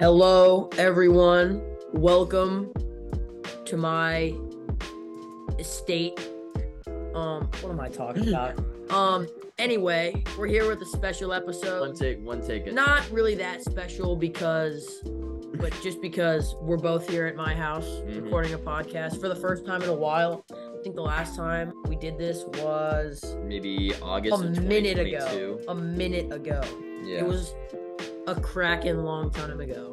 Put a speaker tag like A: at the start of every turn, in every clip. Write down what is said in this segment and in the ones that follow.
A: Hello, everyone. Welcome to my estate. Um, what am I
B: Hmm.
A: talking about? um, anyway, we're here with a special
B: One
A: episode.
B: take, one take. It.
A: Um, Not really that special because, but just because we're both here at my house
B: Mhm.
A: recording a podcast for the first time in a while. I think the last time we did this was
B: Maybe August.
A: a
B: of
A: minute ago.
B: 2022.
A: A minute ago.
B: Yeah.
A: It was a cracking long time ago.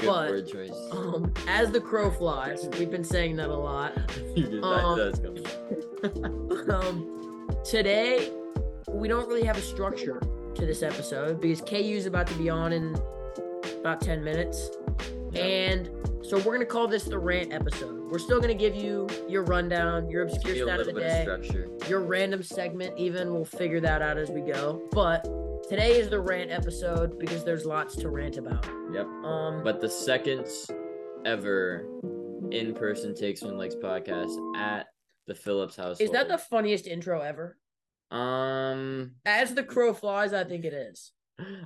B: good
A: but-
B: word choice.
A: Um, as the crow flies, we've been saying that a lot.
B: You did that.
A: um,
B: That's good.
A: Um, today, we don't really have a structure to this episode because KU's about to be on in about 10 minutes.
B: Yeah.
A: And so we're going to call this the rant episode. We're still going to give you your rundown, your
B: Just
A: obscure
B: give a
A: stat of the
B: little bit of
A: day,
B: structure.
A: your random segment, even. We'll figure that out as we go. But today is the rant episode because there's lots to rant about.
B: Yep.
A: Um,
B: But the second ever in-person Takes One Legs podcast at the Phillips house.
A: is that the funniest intro ever?
B: the? Um,
A: As the crow flies, I think it is.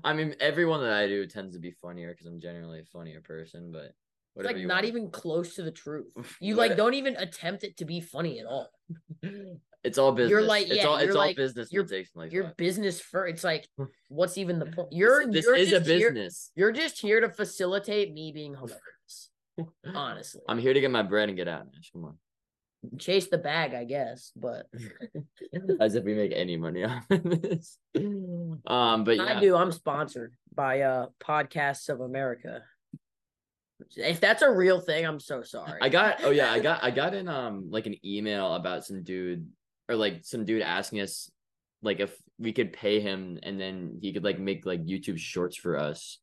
B: I mean, everyone that I do tends to be funnier because I'm generally a funnier person, but
A: It's
B: whatever
A: like
B: you
A: not
B: want.
A: even close to the truth. You like
B: What-
A: don't even attempt it to be funny at all.
B: It's all business.
A: like-
B: it's
A: yeah,
B: all,
A: you're
B: it's
A: like-
B: all business.
A: you're-
B: with Jason Legs
A: Your
B: Podcast.
A: business first. It's like, what's even the point? You're
B: this
A: you're
B: is a
A: just here-
B: business.
A: you're just here to facilitate me being hilarious. Honestly,
B: I'm here to get my bread and get out, Nash. Come on.
A: chase the bag, I guess, but
B: As if we make any money off of this. Um, but
A: I
B: yeah,
A: do. I'm sponsored by uh Podcasts of America. If that's a real thing, I'm so sorry.
B: I got oh yeah, I got I got an um like an email about some dude or like some dude asking us like if we could pay him and then he could like make like YouTube shorts for us.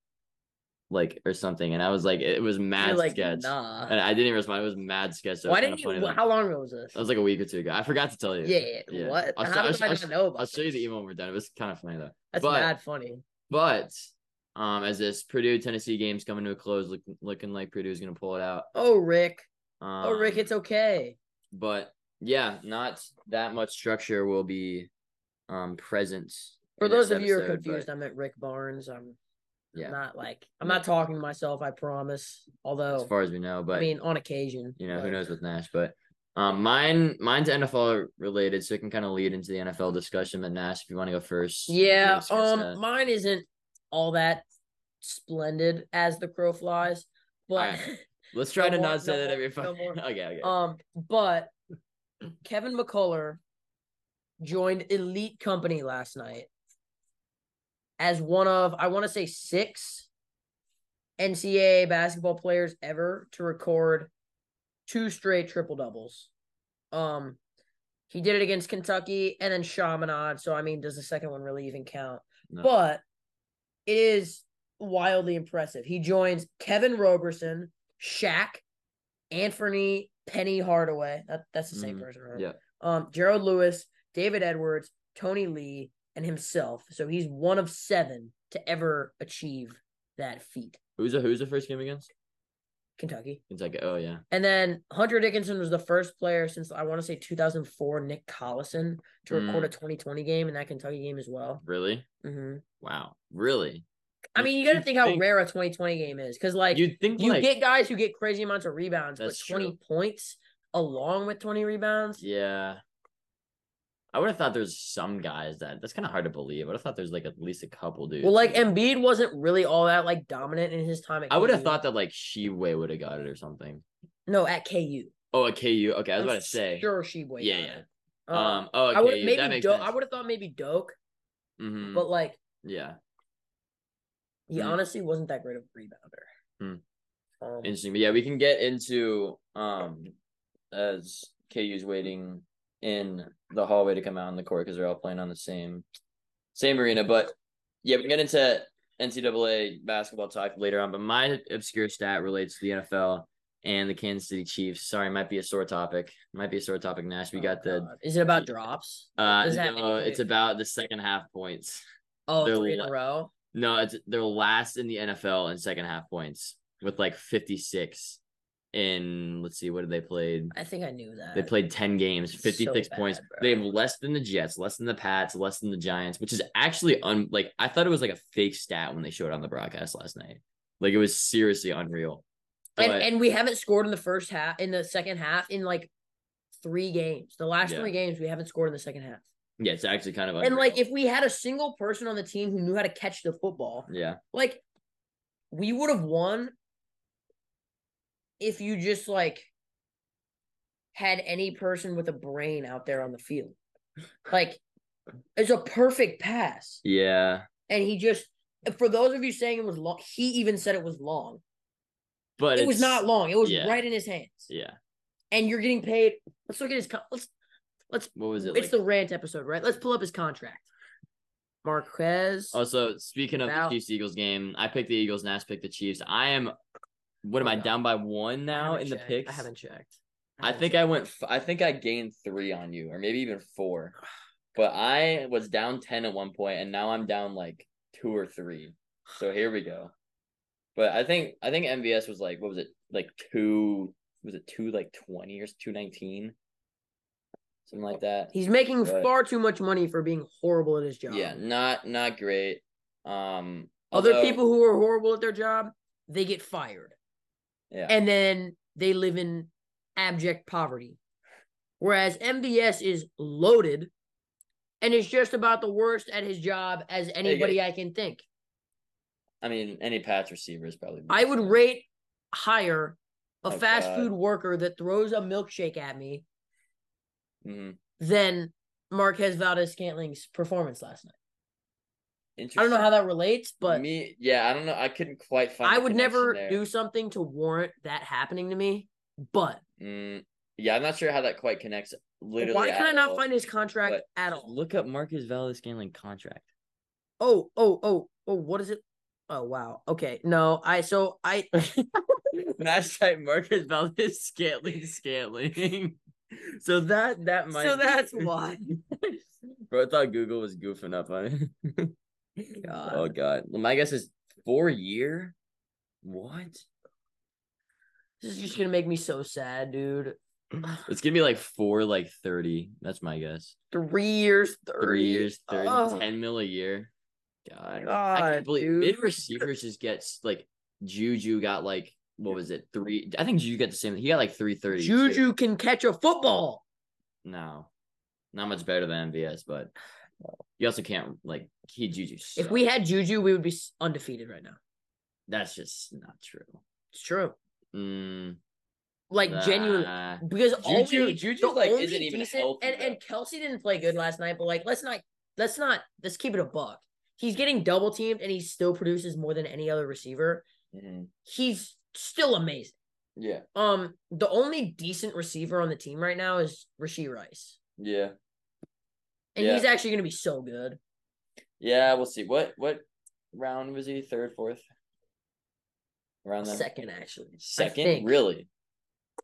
B: Like or something. And I was like, it was mad
A: You're like,
B: sketch.
A: nah.
B: And I didn't respond. It was mad sketch. so it
A: Why
B: was kinda
A: didn't you?
B: funny, like-
A: how long ago was this?
B: That was like a week or two ago. I forgot to tell you.
A: yeah, yeah,
B: yeah.
A: What?
B: I'll show-
A: how did
B: I'll
A: I
B: show-
A: not know about?
B: I'll show you the
A: this?
B: email when we're done. It was kind of funny though.
A: That's
B: but-
A: mad funny.
B: But um, as this Purdue Tennessee game's coming to a close, look, looking like Purdue's gonna pull it out.
A: Oh, Rick.
B: Um,
A: Oh, Rick, it's okay.
B: but yeah, not that much structure will be um present
A: For
B: in
A: those
B: this
A: of you who are
B: episode, but
A: confused, I'm at Rick Barnes. I'm
B: Yeah.
A: not like I'm
B: Yeah.
A: not talking to myself. I promise. Although
B: as far as we know, but
A: I mean, on occasion,
B: you know
A: but-
B: who knows with Nash, but. Um, mine, mine's NFL related, so it can kind of lead into the NFL discussion. But Nash, if you want to go first, we can
A: Yeah,
B: discuss
A: um,
B: that.
A: mine isn't all that splendid as the crow flies, but
B: let's try
A: no
B: to
A: more-
B: not say
A: no
B: that
A: more-
B: every
A: no
B: fucking.
A: more.
B: okay, okay.
A: um, but Kevin McCullough joined Elite Company last night as one of I want to say six NCAA basketball players ever to record two straight triple doubles. Um, he did it against Kentucky and then Chaminade. So I mean, does the second one really even count?
B: No.
A: But it is wildly impressive. He joins Kevin Roberson, Shaq, Anthony Penny Hardaway. That that's the same
B: Mhm.
A: person, right?
B: Yeah.
A: Um, Gerald Lewis, David Edwards, Tony Lee, and himself. So he's one of seven to ever achieve that feat.
B: Who's the who's the first game against?
A: Kentucky.
B: It's like oh yeah,
A: And then Hunter Dickinson was the first player since I want to say 2004 Nick Collison to record
B: Mm.
A: a 2020 game in that Kentucky game as well.
B: really?
A: hmm
B: Wow, really?
A: I
B: You-
A: mean, you got to
B: you
A: think how
B: think-
A: rare a 2020 game is because, like, you,
B: You'd think like
A: get guys who get crazy amounts of rebounds, but
B: That's
A: 20
B: true.
A: points along with 20 rebounds.
B: yeah. I would have thought there's some guys that that's kind of hard to believe. I would have thought there's like at least a couple dudes.
A: Well, like Embiid wasn't really all that like dominant in his time. At
B: I would have
A: KU.
B: thought that like Sheway would have got it or something.
A: no at KU.
B: Oh, a KU. Okay, I was about to say.
A: sure she waited.
B: Yeah, yeah. Um,
A: Um,
B: oh, okay,
A: I would
B: that
A: maybe
B: makes
A: Doak.
B: sense.
A: I would have thought maybe Doak,
B: Mhm,
A: but like
B: yeah,
A: he
B: Mm.
A: honestly wasn't that great of a rebounder.
B: Mm.
A: Um,
B: interesting. But yeah, we can get into um as KU's waiting in the hallway to come out on the court because they're all playing on the same same arena. But yeah, we can get into NCAA basketball talk later on. But my obscure stat relates to the NFL and the Kansas City Chiefs. Sorry, might be a sore topic. Might be a sore topic, Nash. We
A: oh
B: got the
A: God. Is it about drops?
B: uh
A: Does that
B: no,
A: mean-
B: it's about the second half points.
A: Oh,
B: they're
A: three in a
B: la-
A: row.
B: No, it's they're last in the NFL in second half points with like 56 in let's see what did they played?
A: I think I knew that.
B: They played 10 games,
A: So
B: 56 points.
A: bad, bro.
B: They have less than the Jets, less than the Pats, less than the Giants, which is actually un like I thought it was like a fake stat when they showed it on the broadcast last night. Like it was seriously unreal.
A: And,
B: But-
A: and we haven't scored in the first half, in the second half, in like three games. The last
B: Yeah.
A: three games, we haven't scored in the second half.
B: yeah, it's actually kind of
A: And like,
B: unreal.
A: if we had a single person on the team who knew how to catch the football,
B: yeah,
A: like, we would have won if you just like had any person with a brain out there on the field. Like, it's a perfect pass.
B: yeah,
A: and he just for those of you saying it was long he even said it was long
B: but
A: it was
B: it's-
A: not long it was
B: yeah.
A: right in his hands
B: Yeah,
A: and you're getting paid let's look at his con- let's
B: what was it?
A: it's
B: like?
A: the rant episode right let's pull up his contract marquez
B: Also, Oh, speaking of
A: Val-
B: the Chiefs Eagles game, I picked the Eagles. Nash picked the Chiefs. I am. What am I
A: Hold on.
B: down by one
A: I
B: now
A: haven't
B: in the
A: checked.
B: picks?
A: i haven't checked
B: I
A: haven't
B: think
A: checked.
B: I went. f- I think I gained three on you, or maybe even four. But I was down ten at one point, and now I'm down like two or three. So here we go. But I think I think MVS was like what was it like two was it two like twenty or two nineteen, something like that.
A: he's making
B: But-
A: far too much money for being horrible at his job
B: Yeah, not not great. Um,
A: other
B: although-
A: people who are horrible at their job they get fired
B: Yeah.
A: and then they live in abject poverty. Whereas MBS is loaded and is just about the worst at his job as anybody I can think.
B: I mean, any Pats receiver is probably.
A: I would rate higher a
B: Oh,
A: fast
B: God.
A: food worker that throws a milkshake at me
B: Mhm.
A: than Marquez Valdez Scantling's performance last night.
B: Interesting.
A: I don't know how that relates, but
B: me. Yeah, I don't know. I couldn't quite find.
A: I
B: the
A: would
B: connection
A: never
B: there.
A: do something to warrant that happening to me. But
B: Mm, yeah, I'm not sure how that quite connects. Literally,
A: why can
B: at
A: I not
B: all.
A: find his contract
B: but
A: at
B: Just
A: all?
B: Look up Marcus Valdez Scanling contract.
A: Oh, oh, oh, oh, what is it? Oh, wow. Okay. No, I, so I,
B: When I type Marcus Valdez Scantling Scantling, so that that might.
A: so
B: be-
A: that's why.
B: Bro, I thought Google was goofing up on it.
A: God.
B: Oh God, my guess is four year. What?
A: This is just going to make me so sad, dude.
B: It's gonna be like four, like thirty. That's my guess.
A: Three years, 30.
B: Three years, 30,
A: Oh,
B: 10 mil a year. God, I
A: God,
B: can't believe
A: dude.
B: mid receivers just gets like Juju got like what was it three? I think Juju got the same. He got like three thirty.
A: Juju can catch a football.
B: No, not much better than MVS, but you also can't like he Juju.
A: If
B: sucks.
A: we had Juju, we would be s- undefeated right now.
B: that's just not true.
A: It's true.
B: Mm, ah,
A: Like, genuinely.
B: nah.
A: Because all
B: Juju-
A: we,
B: Juju's,
A: the
B: like,
A: only
B: isn't even
A: decent-
B: healthy,
A: and,
B: though.
A: and Kelsey didn't play good last night, but like, let's not, let's not, let's keep it a buck. He's getting double teamed and he still produces more than any other receiver.
B: Mhm.
A: he's still amazing.
B: Yeah,
A: Um, the only decent receiver on the team right now is Rasheed Rice,
B: yeah,
A: and
B: Yeah.
A: he's actually going to be so good.
B: yeah. We'll see. What what round was he? Third, fourth? Around that.
A: Second, actually, I
B: Second,
A: think.
B: really?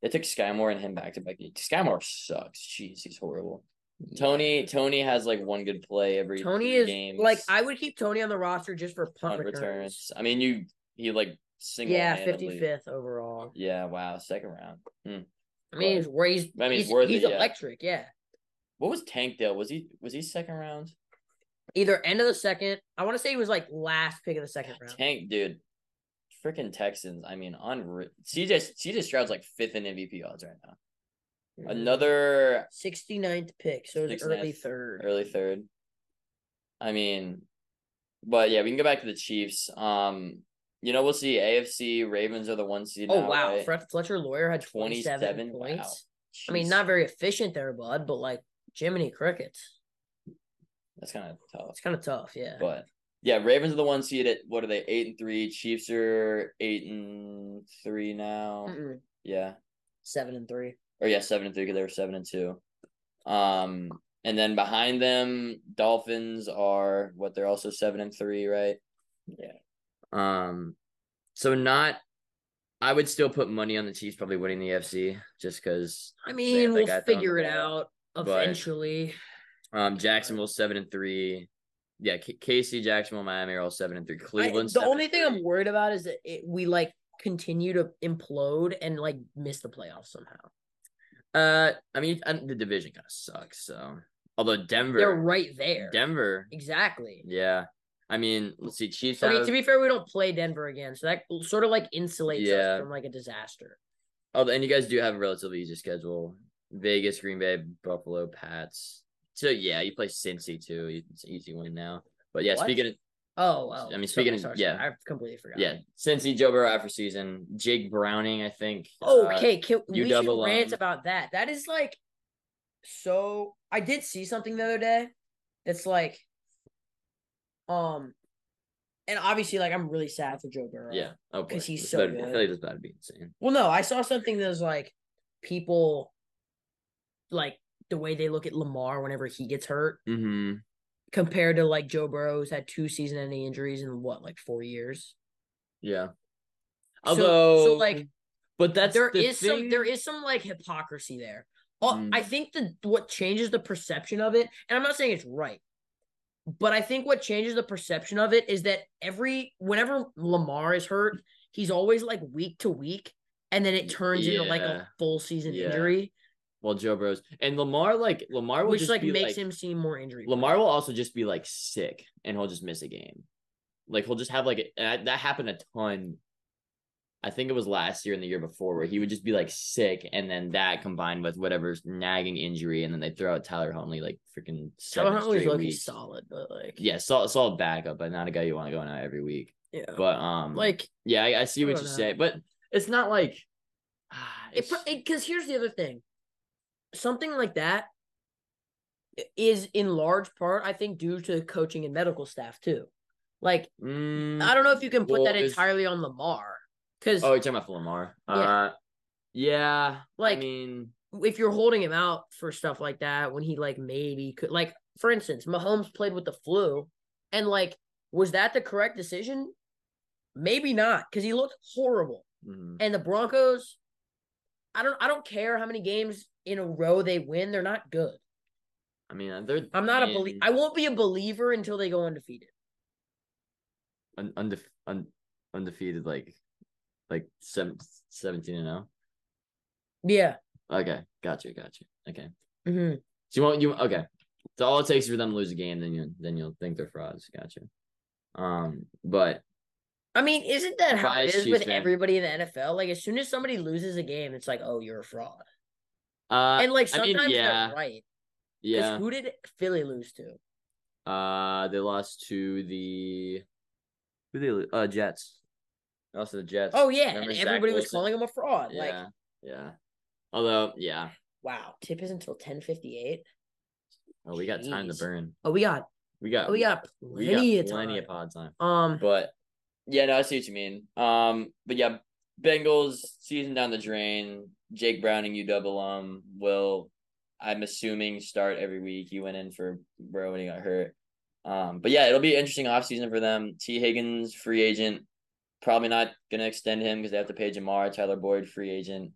B: They took Skymore and him back to back. Skymore sucks. Jeez, he's horrible. Tony Tony has like one good play every
A: Tony
B: three
A: is
B: games.
A: like I would keep Tony on the roster just for punt
B: punt
A: returns.
B: returns. I mean, you he like single
A: Yeah, fifty fifth overall.
B: Yeah, wow, second round. Hmm.
A: I mean, he's where he's
B: I mean, he's
A: he's,
B: worthy,
A: he's
B: yeah.
A: electric. Yeah,
B: What was Tank Dale? Was he was he second round?
A: either end of the second. I want to say he was like last pick of the second round.
B: Tank, dude, freaking Texans. I mean, on CJ CJ Stroud's like fifth in MVP odds right now.
A: Mm-hmm.
B: Another
A: 69th pick, so it's
B: 69th,
A: early third.
B: early third. I mean, but yeah, we can go back to the Chiefs. Um, you know, we'll see. AFC Ravens are the one seed.
A: Oh
B: now,
A: wow,
B: right?
A: Fred Fletcher Lawyer had twenty
B: 27,
A: seven
B: wow.
A: points. I
B: Jeez,
A: mean, not very efficient there, bud, but like Jiminy Crickets.
B: that's kind of tough.
A: It's kind of tough, yeah.
B: But yeah, Ravens are the one seed at what are they? Eight and three. Chiefs are eight and three now.
A: Mm-mm.
B: Yeah,
A: Seven and three.
B: or yeah, seven and three because they were seven and two. Um, and then behind them, Dolphins are what they're also seven and three, right?
A: Yeah.
B: Um, so not. I would still put money on the Chiefs probably winning the FC just because.
A: I
B: They
A: mean,
B: have that guy
A: we'll
B: throwing the
A: figure it
B: ball,
A: out
B: but-
A: eventually.
B: Um, Jacksonville seven and three. Yeah, K- KC, Jacksonville, Miami are all seven and three.
A: I,
B: Cleveland.
A: the
B: seven
A: only
B: and
A: thing
B: three.
A: I'm worried about is that it, we like continue to implode and like miss the playoffs somehow.
B: uh, I mean, and the division kind of sucks. So, although Denver,
A: They're right there.
B: Denver,
A: Exactly.
B: yeah, I mean, let's see, Chiefs.
A: I mean,
B: have-
A: to be fair, we don't play Denver again, so that sort of like insulates
B: Yeah.
A: us from like a disaster.
B: Oh, and you guys do have a relatively easy schedule: Vegas, Green Bay, Buffalo, Pats. So yeah, you play Cincy too. You- It's an easy win now. But yeah,
A: What?
B: speaking of
A: Oh, oh
B: I mean, speaking of- yeah.
A: I've completely forgot.
B: yeah, Cincy, Joe Burrow after season, Jake Browning, I think. uh,
A: Okay, can,
B: you
A: we should
B: double,
A: rant
B: um,
A: about that. That is like so I did see something the other day that's like um and obviously like I'm really sad for Joe Burrow.
B: yeah. Oh, boy.
A: 'Cause he's
B: This
A: so
B: better be- I
A: good.
B: feel like this about to be insane.
A: Well, no, I saw something that was like people like the way they look at Lamar whenever he gets hurt
B: Mm-hmm.
A: compared to like Joe Burrow who's had two season ending injuries in what like 4 years.
B: Yeah.
A: So- so,
B: Although,
A: like,
B: but that's
A: there
B: the
A: is some there
B: thing.
A: is some like hypocrisy there. Oh,
B: Mm.
A: I think that what changes the perception of it, and I'm not saying it's right, but I think what changes the perception of it is that every whenever Lamar is hurt, he's always like week to week, and then it turns into like
B: Yeah.
A: a full season
B: Yeah.
A: injury,
B: Well, Joe Burrow's and Lamar, like Lamar will
A: which
B: just
A: like
B: be,
A: makes
B: like,
A: him seem more injury.
B: Lamar will also just be like sick and he'll just miss a game. Like he'll just have like a, and I- that happened a ton. I think it was last year and the year before where he would just be like sick and then that combined with whatever's nagging injury and then they throw out Tyler Huntley like freaking
A: Tyler
B: seven
A: Huntley's
B: straight
A: looking
B: weeks.
A: solid, but like
B: Yeah, solid, solid backup, but not a guy you want to go out every week.
A: yeah,
B: But um,
A: like
B: yeah, I, I see
A: I
B: what
A: don't
B: you
A: know.
B: say, but it's not like ah,
A: it
B: it's,
A: because here's the other thing something like that i- is in large part i think due to coaching and medical staff too like
B: Mm,
A: i don't know if you can put
B: well,
A: that
B: it's-
A: entirely on lamar because
B: Oh, you're talking about Lamar.
A: Yeah.
B: Uh, yeah.
A: Like-
B: I mean,
A: if you're holding him out for stuff like that when he like maybe could like for instance mahomes played with the flu and like was that the correct decision maybe not because he looked horrible
B: mhm.
A: and the broncos i don't i don't care how many games in a row they win they're not good
B: I mean, uh, they're.
A: I'm not a
B: in
A: belie- I won't be a believer until they go undefeated.
B: un- undef- un- undefeated, like, like seven, 17 and zero.
A: Yeah.
B: Okay, got you, got you. Okay, mm-hmm.
A: hmm
B: so you want you okay? So all it takes is for them to lose a game, then you then you'll think they're frauds. Got you. Um, but
A: I mean, isn't that how it
B: Biased
A: is with
B: Chiefs fan.
A: everybody in the NFL? Like, as soon as somebody loses a game, it's like, oh, you're a fraud.
B: uh,
A: And like
B: I mean,
A: sometimes
B: yeah,
A: they're right. 'Cause
B: yeah.
A: Who did Philly lose to?
B: Uh, they lost to the who they lo- uh Jets. They lost to the Jets.
A: Oh yeah,
B: Remember
A: and
B: Zach
A: everybody was
B: Wilson?
A: calling him a fraud.
B: yeah,
A: Like,
B: yeah. Although, yeah.
A: wow, tip is until ten fifty eight.
B: Oh, we got time to
A: Jeez.
B: burn.
A: Oh, we got
B: We got
A: oh, we got
B: we
A: plenty,
B: got
A: of,
B: plenty
A: time.
B: of pod time.
A: Um,
B: But yeah, no, I see what you mean. Um, but yeah, Bengals season down the drain. Jake Browning, U double um, will I'm assuming start every week. He went in for Burrow when he got hurt. Um, but yeah, it'll be an interesting offseason for them. T. Higgins, free agent, probably not gonna extend him because they have to pay Jamar, Tyler Boyd, free agent.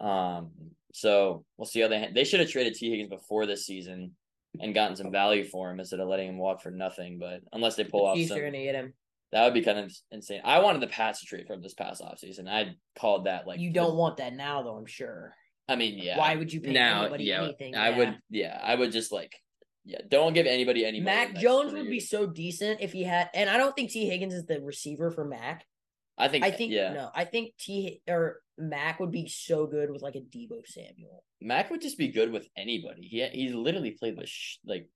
B: Um, so we'll see how they they should have traded T. Higgins before this season and gotten some value for him instead of letting him walk for nothing. But unless they pull
A: the
B: off
A: Chiefs
B: some,
A: are gonna get him.
B: that would be kind of insane. I wanted the Pats to trade for him this past offseason. I called that like
A: you
B: the-
A: don't want that now, though. I'm sure.
B: I mean, yeah.
A: Why would you pay
B: now?
A: anybody
B: yeah,
A: anything?
B: I
A: Yeah.
B: would. Yeah, I would just like. Yeah, don't give anybody any. money in the
A: Mac
B: next
A: Jones
B: three
A: would be
B: years.
A: so decent if he had, and I don't think T Higgins is the receiver for Mac.
B: I think.
A: I think
B: Yeah,
A: no, I think T Hi- or Mac would be so good with like a Debo Samuel.
B: Mac would just be good with anybody. He he's literally played with sh- like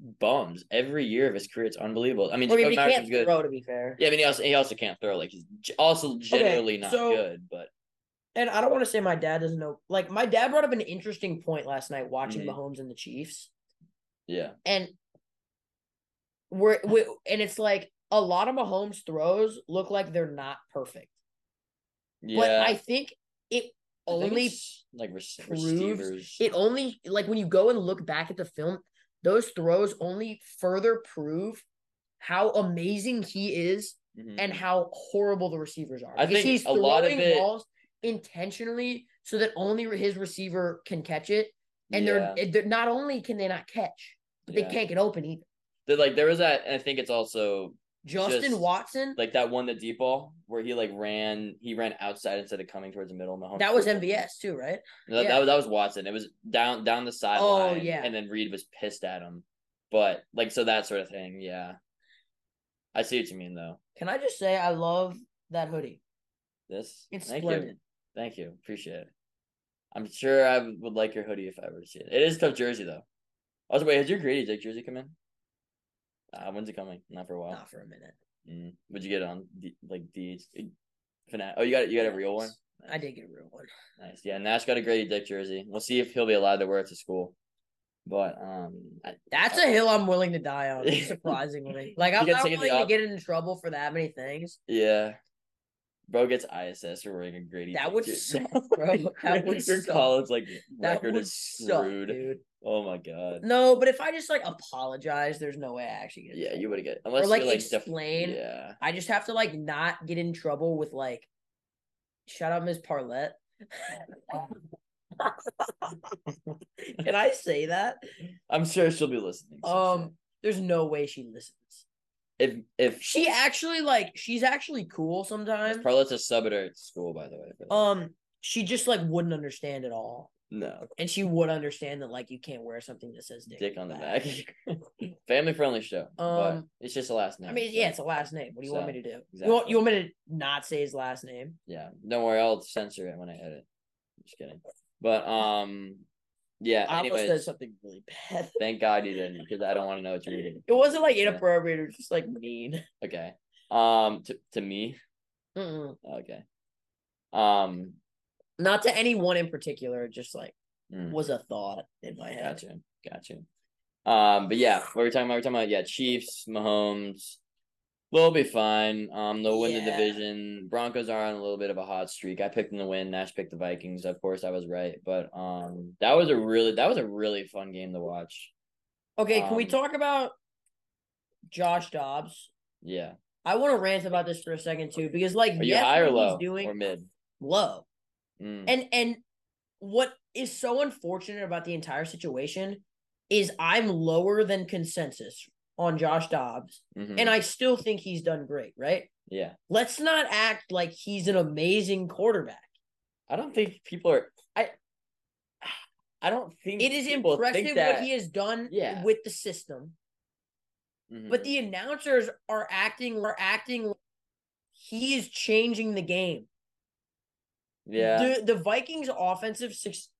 B: bums every year of his career. It's unbelievable. I mean,
A: I mean,
B: Jacob
A: he
B: Martin's
A: can't
B: good.
A: throw to be fair,
B: Yeah, I mean, he also he also can't throw. Like he's g- also generally not
A: so-
B: good. But
A: and I don't want to say my dad doesn't know. Like my dad brought up an interesting point last night watching
B: Mhm.
A: Mahomes and the Chiefs,
B: yeah,
A: and we're we, and it's like a lot of Mahomes throws look like they're not perfect,
B: yeah.
A: but I think it
B: I think
A: only
B: it's, like rec-
A: proves
B: receivers.
A: it only like when you go and look back at the film those throws only further prove how amazing he is
B: Mhm.
A: and how horrible the receivers are
B: I
A: Because
B: think a lot of it-
A: balls intentionally so that only his receiver can catch it and
B: Yeah.
A: they're, they're not only can they not catch but
B: Yeah.
A: they can't get open either
B: They're, like there was that. And I think it's also
A: justin
B: Just,
A: watson
B: like that one the deep ball where he like ran he ran outside instead of coming towards the middle. Mahomes
A: that was
B: threw it.
A: mvs too right
B: No, that,
A: yeah. Oh,
B: was that was Watson. It was down down the sideline.
A: yeah.
B: and then Reed was pissed at him. But like so that sort of thing. Yeah, I see what you mean though.
A: Can I just say I love that hoodie?
B: This
A: It's
B: thank you.
A: splendid.
B: Thank you. Appreciate it. I'm sure I would like your hoodie if I were to see it. It is a tough jersey though. Also, wait, has your Grady Dick jersey come in? Uh, when's it coming? Not for a while.
A: Not for a minute.
B: Mm. Would you get it on D- like DH? Fana- Oh, you got it. You got a real one.
A: I did get a real one.
B: Nice. Yeah, Nash got a Grady Dick jersey. We'll see if he'll be allowed to wear it to school. But um, I,
A: That's a hill I'm willing to die on, surprisingly. Like I'm
B: You get
A: not
B: taken the
A: willing
B: op-
A: to get in trouble for that many things.
B: yeah, bro gets ISS for wearing a Grady.
A: That
B: Dick
A: would
B: jersey.
A: suck, bro. That
B: Your
A: would suck.
B: college like
A: That
B: record
A: would
B: is
A: suck,
B: screwed.
A: dude.
B: Oh my god.
A: No, but if I just like apologize, there's no way I actually get. in
B: Yeah,
A: trouble.
B: you would get unless
A: like,
B: you're, like def-
A: explain.
B: yeah,
A: I just have to like not get in trouble with like. Shout out Ms. Parlett. Can I say that?
B: I'm sure she'll be listening. so
A: Um, there's no way she listens.
B: if if
A: She actually like she's actually cool sometimes.
B: Parlet's a sub at our school, by the way. but-
A: Um, she just like wouldn't understand at all,
B: no,
A: and she would understand that like you can't wear something that says dick,
B: dick on the back. Family friendly show. but
A: Um,
B: it's just a last name.
A: I mean, yeah, it's a last name. What do you want me to do? You want
B: exactly.
A: you want me to not say his last name?
B: Yeah, don't worry, I'll censor it when I edit. Just kidding. But um, yeah.
A: I almost said
B: Anyways,
A: something really bad.
B: thank God you didn't, because I don't want to know what you're reading.
A: It wasn't like
B: Yeah.
A: inappropriate, it was just like mean.
B: Okay. Um, to to me.
A: Mm-mm.
B: Okay. Um.
A: Not to anyone in particular, it just like
B: mm.
A: was a thought in my head.
B: Gotcha. Gotcha. Um, but yeah, what we're talking about, we're talking about yeah, Chiefs, Mahomes. They'll be fine. Um, they'll win the
A: Yeah.
B: division. Broncos are on a little bit of a hot streak. I picked them to win. Nash picked the Vikings. Of course, I was right. But um, that was a really that was a really fun game to watch.
A: Okay, can we
B: Um,
A: talk about Josh Dobbs?
B: Yeah.
A: I want to rant about this for a second too, because like
B: Are you
A: yes,
B: high or
A: what he's
B: low
A: doing
B: or mid?
A: low.
B: Mm,
A: And and what is so unfortunate about the entire situation is I'm lower than consensus on Josh Dobbs,
B: mhm.
A: and I still think he's done great, right?
B: yeah,
A: Let's not act like he's an amazing quarterback.
B: I don't think people are. I I don't think
A: It is
B: people think
A: impressive
B: that,
A: what he has done
B: Yeah.
A: with the system,
B: Mhm.
A: but the announcers are acting are acting like he is changing the game.
B: yeah,
A: The the Vikings offensive suc-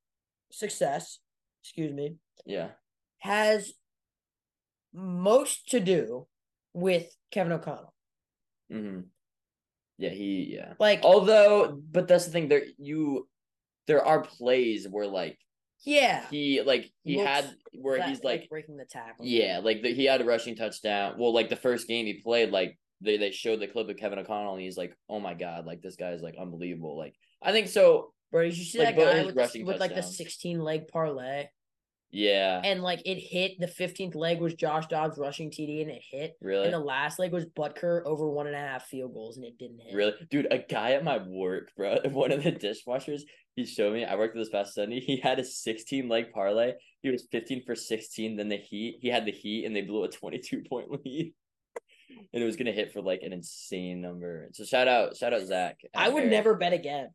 A: success, excuse me,
B: yeah,
A: has most to do with Kevin O'Connell.
B: hmm yeah, he yeah.
A: Like
B: Although, but that's the thing. There, you, there are plays where like
A: yeah,
B: he, like he
A: Looks
B: had where
A: that-
B: he's like,
A: breaking the tackle.
B: yeah, like the, he had a rushing touchdown. Well, like the first game he played, like they they showed the clip of Kevin O'Connell, and he's like, oh my god, like this guy is like unbelievable. Like I think so.
A: Bro, you should see that
B: Like, both
A: guy
B: his
A: with, the-
B: rushing
A: with like the
B: touchdowns.
A: 16 leg parlay.
B: Yeah,
A: and like it hit the 15th leg was Josh Dobbs rushing TD and it hit.
B: really,
A: And the last leg was Butker over one and a half field goals and it didn't hit.
B: really, dude. A guy at my work, bro, one of the dishwashers, he showed me. I worked this past Sunday. He had a sixteen leg parlay. He was fifteen for sixteen. Then the Heat, he had the Heat, and they blew a twenty two point lead. and it was gonna hit for like an insane number. So shout out, shout out Zach.
A: I would
B: Eric.
A: never bet again.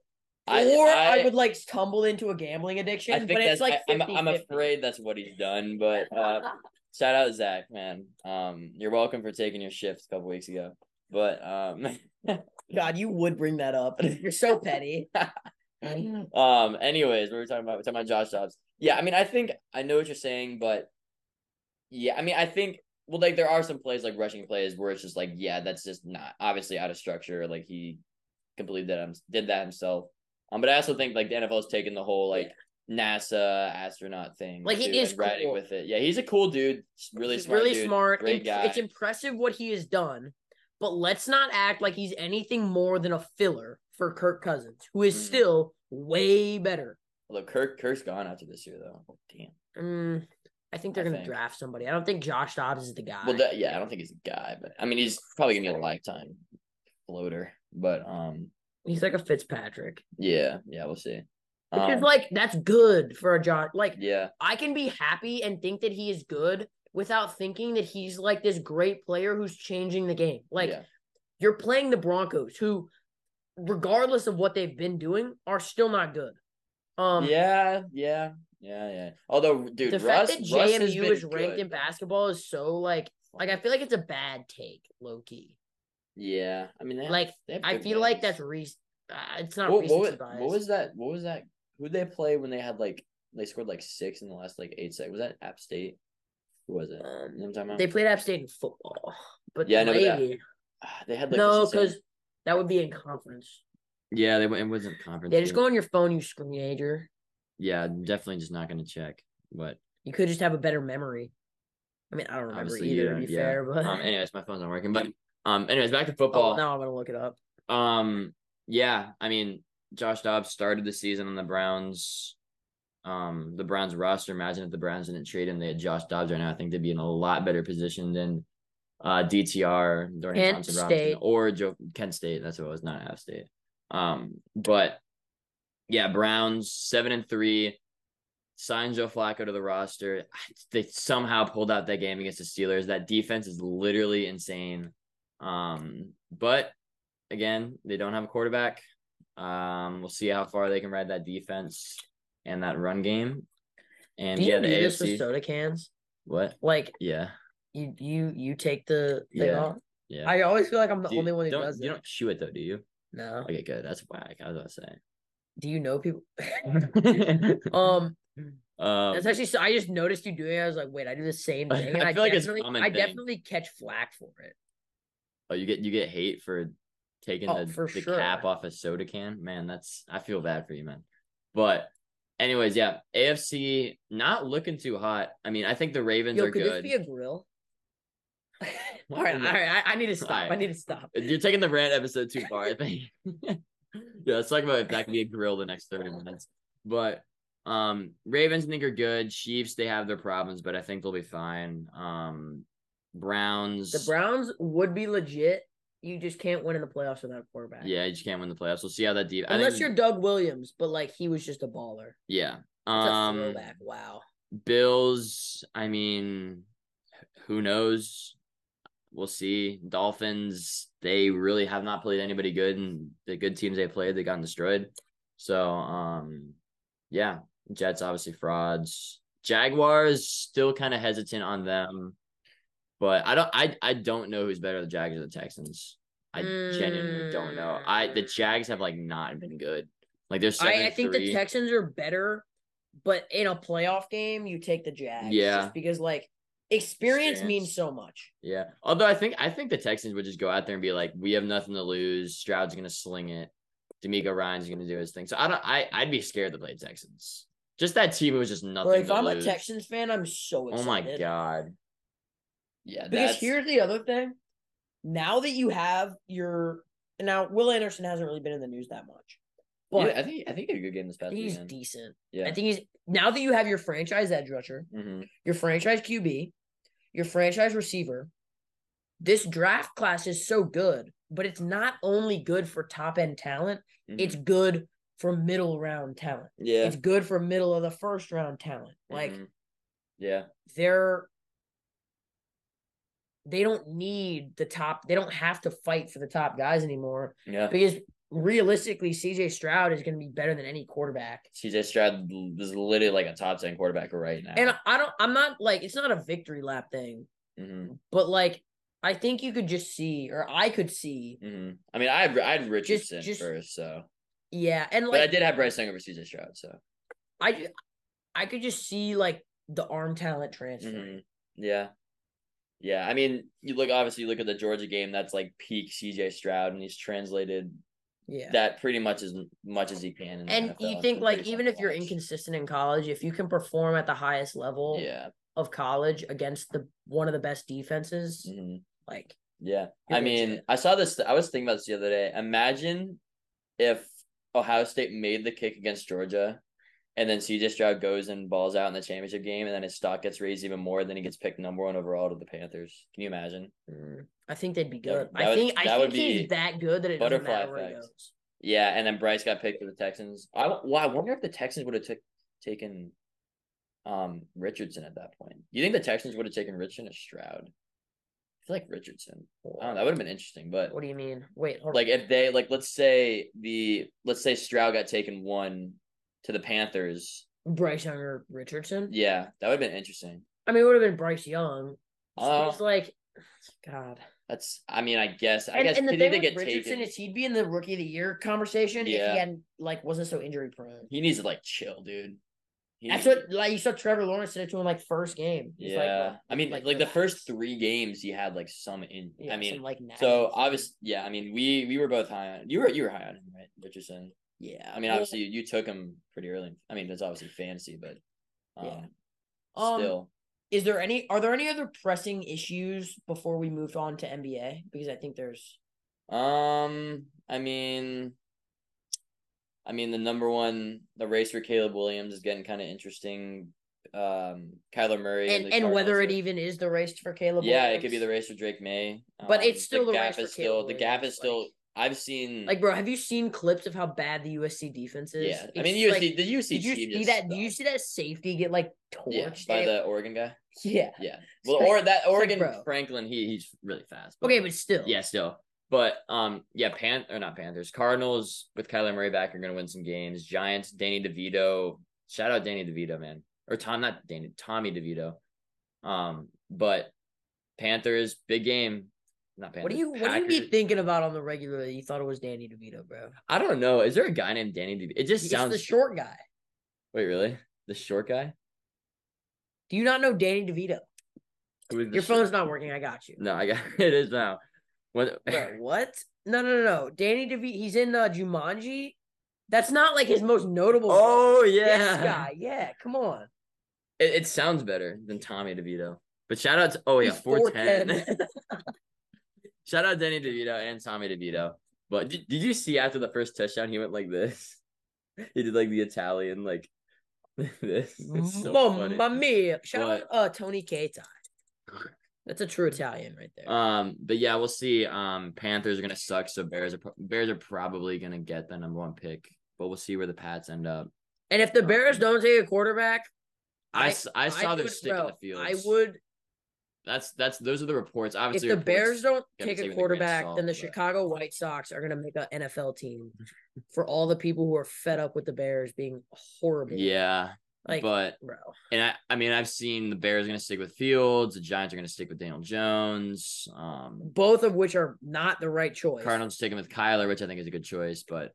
B: I,
A: or
B: I,
A: I, would like stumble into a gambling addiction,
B: I think
A: but it's
B: that's.
A: like
B: I, am
A: 50,
B: I'm afraid that's what he's done. But uh, shout out Zach, man. Um, you're welcome for taking your shift a couple weeks ago. But um,
A: God, you would bring that up. You're so petty.
B: um. Anyways, what were we talking about? We're talking about Josh Dobbs. Yeah, I mean, I think I know what you're saying, but yeah, I mean, I think well, like there are some plays like rushing plays where it's just like, yeah, that's just not obviously out of structure. Like he completely did, um, did that himself. Um, but I also think like the NFL's taken the whole like NASA astronaut thing.
A: Like, he
B: too,
A: is
B: riding
A: cool.
B: with it. Yeah, he's a cool dude. s- Really
A: He's
B: smart.
A: really
B: dude.
A: smart.
B: Great
A: Imp-
B: guy.
A: It's impressive what he has done, but let's not act like he's anything more than a filler for Kirk Cousins, who is
B: Mhm.
A: still way better.
B: Although Kirk Kirk's gone after this year though.
A: Oh,
B: Damn.
A: Mm, I think they're
B: I
A: going to
B: think.
A: draft somebody. I don't think Josh Dobbs is the guy.
B: Well, that, yeah, I don't think he's a guy, but I mean, he's probably gonna be a lifetime floater. But um,
A: He's like a Fitzpatrick,
B: yeah, yeah, we'll see.
A: which
B: Um,
A: is like that's good for a John. Like
B: yeah,
A: I can be happy and think that he is good without thinking that he's like this great player who's changing the game. Like
B: yeah,
A: you're playing the Broncos, who, regardless of what they've been doing, are still not good. Um,
B: yeah, yeah, yeah, yeah. Although, dude,
A: the
B: Russ,
A: fact that
B: Russ has
A: JMU is
B: been
A: ranked
B: good.
A: in basketball is so like Like I feel like it's a bad take, low key.
B: Yeah, I mean, they have-
A: Like,
B: they have
A: I
B: good
A: feel like
B: games.
A: that's re. Uh, it's not
B: what, what,
A: recency
B: was,
A: bias.
B: what was that? What was that? Who did they play when they had like they scored like six in the last like eight seconds? Was that App State? Who was it? You know what I'm talking about?
A: Uh, Um, They played App State in football, but
B: Yeah, I
A: yeah,
B: know, but that- Ah, they had like
A: no,
B: this insane-
A: because that would be in conference.
B: yeah, they went. It wasn't conference.
A: Yeah, just
B: game.
A: go on your phone, you screenager.
B: Yeah, I'm definitely just not gonna check. But
A: You could just have a better memory. I mean, I don't remember
B: Obviously,
A: either.
B: yeah,
A: to be
B: yeah.
A: fair, but
B: um, anyways, my phone's not working. But um, anyways, back to
A: oh,
B: football.
A: now I'm gonna look it up.
B: Um, yeah, I mean, Josh Dobbs started the season on the Browns. Um, the Browns roster. Imagine if the Browns didn't trade him, they had Josh Dobbs right now. I think they'd be in a lot better position than uh DTR, Dorian
A: Kent
B: Thompson
A: State.
B: Robinson, or Joe Kent State. That's what it was, not App State. Um, but yeah, Browns seven and three. Signed Joe Flacco to the roster. They somehow pulled out that game against the Steelers. That defense is literally insane. Um, but again, they don't have a quarterback. Um, we'll see how far they can ride that defense and that run game. And
A: do you
B: yeah,
A: do
B: the
A: this with
B: AFC.
A: soda cans?
B: what?
A: Like
B: Yeah,
A: you, you, you take the thing
B: Yeah,
A: off.
B: yeah.
A: I always feel like I'm the
B: Do you-
A: only one who
B: don't,
A: does
B: You
A: it.
B: don't chew it though, do you?
A: No.
B: Okay, good. That's whack. I was about to
A: Do you know people?
B: say.
A: um,
B: um,
A: that's actually. So I just noticed you doing. it. I was like, wait, I do the same
B: I
A: thing, and I,
B: feel like it's a
A: definitely,
B: common
A: I
B: thing.
A: definitely catch flack for it.
B: oh, you get you get hate for taking
A: Oh,
B: the,
A: for
B: the
A: sure.
B: cap off a soda can. Man, that's I feel bad for you, man. But anyways, yeah, AFC not looking too hot. I mean, I think the Ravens
A: Yo,
B: are
A: could
B: good.
A: this be a grill?
B: What
A: all right, all
B: in the-
A: right. I, I need to stop. I
B: Alright.
A: need to stop.
B: You're taking the rant episode too far, I think. yeah, let's talk about if that can be a grill the next 30 minutes. But um Ravens I think are good. Chiefs, they have their problems, but I think they'll be fine. Um Browns.
A: The Browns would be legit. You just can't win in the playoffs without a quarterback.
B: Yeah, you just can't win the playoffs. We'll see how that deep. I
A: Unless
B: think-
A: you're Doug Williams, but like he was just a baller.
B: yeah.
A: It's a
B: Um
A: throwback. Wow.
B: Bills, I mean, who knows? We'll see. Dolphins, they really have not played anybody good, and the good teams they played, they got destroyed. So, um, yeah, Jets obviously frauds. Jaguars still kind of hesitant on them, but I don't, I, I don't know who's better, the Jags or the Texans. I genuinely don't know. I the Jags have like not been good. Like they're seven.
A: I, I think the
B: three.
A: Texans are better, but in a playoff game, you take the Jags.
B: Yeah.
A: Just because like experience
B: Experience.
A: means so much.
B: Yeah. Although I think I think the Texans would just go out there and be like, we have nothing to lose. Stroud's gonna sling it. D'Amico Ryan's gonna do his thing. So I don't I I'd be scared to play Texans. Just that team it was just nothing.
A: Like if
B: to
A: I'm
B: lose.
A: a Texans fan, I'm so excited.
B: Oh my god. Yeah,
A: Because
B: that's
A: here's the other thing. Now that you have your now Will Anderson hasn't really been in the news that much.
B: Yeah,
A: But
B: I think I think he had a good game this
A: I
B: past
A: think he's
B: weekend.
A: decent.
B: yeah.
A: I think he's now that you have your franchise edge rusher,
B: hmm
A: your franchise QB, your franchise receiver. This draft class is so good, but it's not only good for top end talent,
B: Mm-hmm.
A: it's good for middle round talent.
B: yeah.
A: It's good for middle of the first round talent. Like
B: Mhm. yeah.
A: they're they don't need the top, they don't have to fight for the top guys anymore
B: Yeah.
A: because realistically, CJ Stroud is going to be better than any quarterback.
B: CJ Stroud is literally like a top ten quarterback right now.
A: And I don't, I'm not like, it's not a victory lap thing,
B: Mhm.
A: but like, I think you could just see, or I could see,
B: Mhm. I mean, I had, I had Richardson
A: just-
B: first, so
A: yeah. And
B: but I
A: like,
B: did have Bryce Young over CJ Stroud, so.
A: I, ju- I could just see like the arm talent transfer.
B: Mhm. Yeah. Yeah. I mean, you look obviously you look at the Georgia game, that's like peak CJ Stroud, and he's translated
A: Yeah.
B: that pretty much as much as he can. in the
A: and
B: NFL.
A: you
B: It's
A: think
B: been
A: like
B: pretty
A: even
B: fun
A: if
B: to
A: you're
B: watch.
A: inconsistent in college, if you can perform at the highest level
B: Yeah.
A: of college against the one of the best defenses,
B: hmm
A: like
B: Yeah.
A: You're
B: I mean,
A: legit.
B: I saw this I was thinking about this the other day. Imagine if Ohio State made the kick against Georgia and then CJ Stroud goes and balls out in the championship game and then his stock gets raised even more, then he gets picked number one overall to the Panthers. Can you imagine?
A: mm, I think they'd be good.
B: That- that
A: I
B: would-
A: think I
B: that would
A: think he's
B: be
A: that good that it doesn't
B: butterfly
A: matter where he
B: effect.
A: goes.
B: Yeah, and then Bryce got picked for the Texans. I well, I wonder if the Texans would have took taken um Richardson at that point. You think the Texans would have taken Richardson or Stroud? I feel like Richardson. I don't know. That would have been interesting, but
A: What do you mean? Wait, hold
B: like if they like let's say the let's say Stroud got taken one to the Panthers.
A: on. Bryce Young or Richardson?
B: Yeah, that would have been interesting.
A: I mean, it would have been Bryce Young. Just
B: Uh,
A: 'cause, like God.
B: That's. I mean, I guess. I
A: and,
B: guess
A: and the
B: Kitty
A: thing
B: did
A: with
B: get
A: Richardson
B: taken.
A: is he'd be in the rookie of the year conversation if
B: Yeah.
A: he hadn't like wasn't so injury prone.
B: He needs to like chill, dude. He
A: That's
B: needs-
A: what like you saw Trevor Lawrence did it to him like first game. He's
B: Yeah,
A: like, well,
B: I mean,
A: like,
B: like, the
A: relax.
B: first three games, he had like some in.
A: yeah,
B: I mean,
A: some, like
B: so
A: nagging.
B: obviously, yeah. I mean, we we were both high on you were you were high on him, right, Richardson?
A: yeah.
B: I mean,
A: well,
B: obviously, you, you took him pretty early. I mean, it's obviously fantasy, but um,
A: Um,
B: still,
A: is there any are there any other pressing issues before we moved on to NBA? Because I think there's
B: um, I mean, I mean, the number one, the race for Caleb Williams is getting kind of interesting. Um, Kyler Murray
A: and,
B: the
A: and whether it
B: Cardinals are-
A: even is the race for Caleb.
B: yeah, it
A: Williams.
B: could be the race for Drake May,
A: But
B: Um,
A: it's still the race
B: gap
A: for
B: is still
A: Caleb
B: the gap
A: Williams,
B: is still.
A: like-
B: I've seen
A: like, bro. Have you seen clips of how bad the USC defense is?
B: Yeah, I
A: It's
B: mean the USC,
A: like-
B: the USC
A: Did you
B: team
A: see
B: just
A: that? Did you
B: sucks.
A: see that safety get like torched?
B: yeah, by
A: It-
B: the Oregon guy?
A: yeah.
B: Yeah, well,
A: like-
B: or that
A: like,
B: Oregon
A: bro.
B: Franklin, he he's really fast.
A: Okay, but still.
B: yeah, still, but um, yeah, Pan or not Panthers, Cardinals with Kyler Murray back are going to win some games. Giants, Danny DeVito, shout out Danny DeVito, man, or Tom, not Danny, Tommy DeVito, um, but Panthers, big game, not Panthers.
A: What do you what do you
B: Packers.
A: be thinking about on the regular? that You thought it was Danny DeVito, bro.
B: I don't know. Is there a guy named Danny DeVito? It just
A: He's
B: sounds.
A: the short guy.
B: Wait, really? The short guy?
A: Do you not know Danny DeVito?
B: Who is the
A: Your
B: short-
A: phone's not working. I got you.
B: No, I got it is now. What?
A: Bro, what? No, no, no, no. Danny DeVito. He's in uh, Jumanji. That's not like his most notable. role.
B: Oh
A: This
B: yeah,
A: guy. Yeah, come on.
B: it, it sounds better than Tommy DeVito. But shout out to oh yeah,
A: He's
B: four ten. shout out Danny DeVito and Tommy DeVito. But did, did you see after the first touchdown he went like this? He did like the Italian like this. It's so funny.
A: Mamma mia! Shout out
B: But-
A: uh, Tony Keita. That's a true Italian right there.
B: Um, but yeah, we'll see. Um, Panthers are gonna suck, so Bears are pro- Bears are probably gonna get the number one pick, but we'll see where the Pats end up.
A: and if the Bears don't take a quarterback,
B: I,
A: I-
B: s- uh, I saw their
A: would-
B: stick in
A: bro,
B: the field.
A: I would
B: That's that's those are the reports.
A: if
B: Obviously,
A: the
B: reports-
A: Bears don't
B: gotta
A: take
B: take
A: a
B: it with a grain of
A: quarterback, then the
B: salt, but-
A: Chicago White Sox are gonna make an NFL team for all the people who are fed up with the Bears being horrible.
B: Yeah,
A: like
B: but
A: bro,
B: and I I mean I've seen the Bears are gonna stick with Fields. The Giants are gonna stick with Daniel Jones. Um,
A: both of which are not the right choice.
B: Cardinals sticking with Kyler, which I think is a good choice, but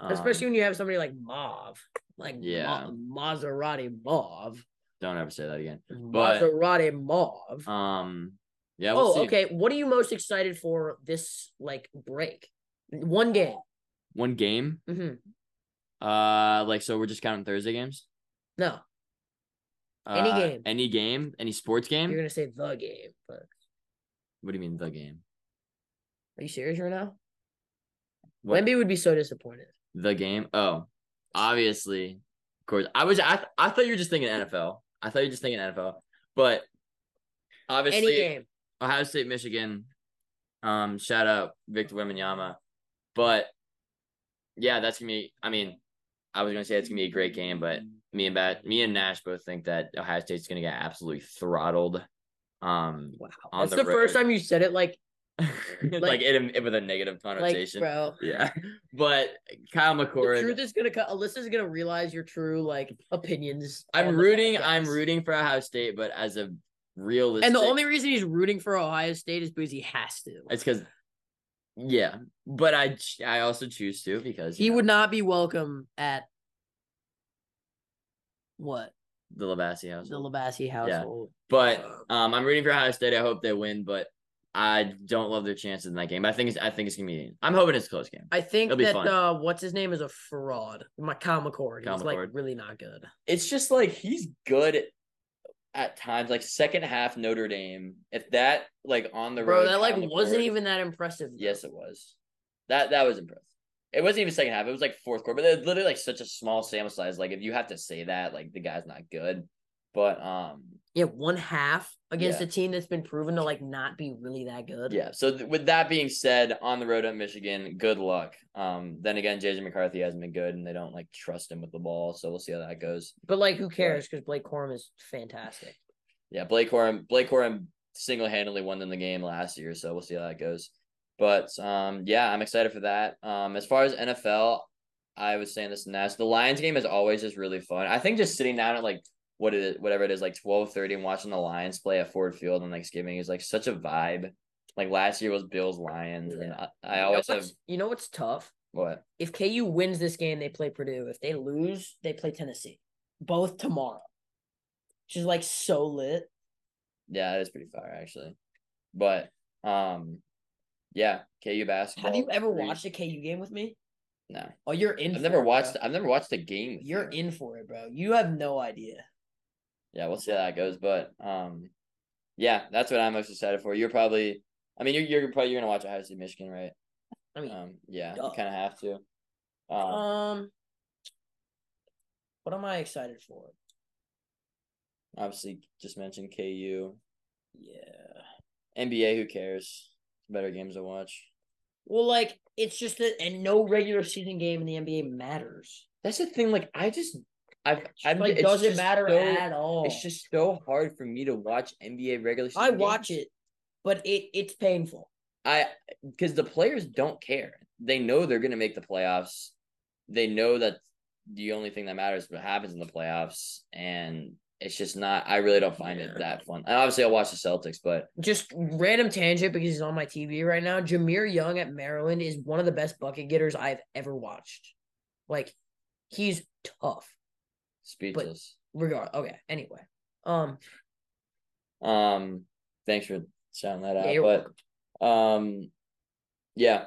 B: um,
A: especially when you have somebody like Mauve, like
B: Yeah.
A: Ma- Maserati Mauve,
B: don't ever say that again. But-
A: Maserati Mauve.
B: Um, yeah. We'll
A: oh,
B: see.
A: okay. What are you most excited for this like break? One game.
B: One game.
A: hmm
B: Uh, like so we're just counting Thursday games.
A: No, Any
B: Uh,
A: game.
B: Any game. Any sports game.
A: you're gonna say the game, but
B: What do you mean the game?
A: are you serious right now?
B: What-
A: Wemby would be so disappointed.
B: The game. Oh, obviously, of course. I was. I, I thought you were just thinking NFL. I thought you were just thinking NFL. But obviously,
A: Any game.
B: Ohio State, Michigan. Um, shout out Victor Wembanyama. But yeah, that's gonna be. I mean, I was gonna say it's gonna be a great game, but
A: Mm.
B: me and Bat, me and Nash both think that Ohio State's gonna get absolutely throttled. Um,
A: Wow.
B: on
A: That's
B: the
A: the, first
B: road.
A: time you said it like
B: like,
A: Like-
B: it, it with a negative
A: like
B: connotation.
A: bro.
B: yeah, but Kyle McCord.
A: The truth is gonna cut Alyssa's gonna realize your true like opinions. on
B: I'm
A: the
B: rooting.
A: podcast.
B: I'm rooting for Ohio State, but as a realistic,
A: And the only reason he's rooting for Ohio State is because he has to.
B: it's because, yeah. But I ch- I also choose to because you
A: He
B: know,
A: would not be welcome at what?
B: the Lavassi house.
A: The Lavassie household.
B: but um, I'm rooting for Ohio State. I hope they win, but I don't love their chances in that game. I think it's I think it's gonna be. I'm hoping it's a close game.
A: I think
B: It'll be
A: that
B: fun.
A: uh, what's his name is a fraud. My Comic Cord. He's
B: Kyle
A: like
B: McCord.
A: really not good.
B: It's just like he's good at, at times, like second half Notre Dame. If that like on the
A: Bro,
B: road,
A: that like
B: Kyle
A: wasn't
B: McCord-
A: even that impressive. though.
B: Yes, it was. That that was impressive. It wasn't even second half. It was like fourth quarter. But it was literally like such a small sample size. Like if you have to say that, like the guy's not good. But um,
A: Yeah, one half against
B: Yeah.
A: a team that's been proven to like not be really that good.
B: yeah. So th- with that being said, on the road at Michigan, good luck. Um, then again, JJ McCarthy hasn't been good, and they don't like trust him with the ball. So we'll see how that goes.
A: But like who cares because Blake Corum is fantastic.
B: Yeah, Blake Corum. Blake Corum single handedly won them the game last year. So we'll see how that goes. But um, yeah, I'm excited for that. Um, as far as NFL, I was saying this and that. So the Lions game is always just really fun. I think just sitting down at like what it is, whatever it is, like twelve thirty, and watching the Lions play at Ford Field on Thanksgiving is like such a vibe. Like last year was Bills Lions, and I, I always
A: you know
B: have
A: what's- you know what's tough?
B: what
A: If KU wins this game, they play Purdue. If they lose, they play Tennessee. Both tomorrow. Which is like so lit.
B: Yeah, that is pretty far actually. But um yeah, KU basketball.
A: Have you ever
B: three-
A: watched a KU game with me?
B: No.
A: Oh, you're in.
B: I've
A: for
B: never
A: it,
B: watched
A: bro.
B: I've never watched a game. with
A: You're
B: you.
A: in for it, bro. You have no idea.
B: Yeah, we'll see how that goes. But um yeah, that's what I'm most excited for. You're probably I mean you're you're probably you're gonna watch Ohio State Michigan, right?
A: I mean,
B: Um yeah, you
A: Duh.
B: kinda have to.
A: um,
B: Um
A: what am I excited for?
B: obviously just mentioned KU.
A: Yeah.
B: NBA, who cares? Better games to watch.
A: Well, like it's just that, and no regular season game in the NBA matters.
B: That's the thing, like I just I've I'm
A: like,
B: it's
A: doesn't
B: just
A: matter
B: so-
A: at all.
B: It's just so hard for me to watch NBA regular season.
A: Oh. I
B: games.
A: watch it, but it it's painful.
B: I because the players don't care. They know they're going to make the playoffs. They know that the only thing that matters is what happens in the playoffs, and it's just not. I really don't find
A: Yeah.
B: it that fun. And obviously, I watch the Celtics, but
A: Just random tangent because he's on my TV right now. Jameer Young at Maryland is one of the best bucket getters I've ever watched. Like, he's tough.
B: speechless.
A: Regard. Okay. Anyway. Um.
B: um, thanks for shouting that out.
A: Yeah, you're
B: but um, yeah,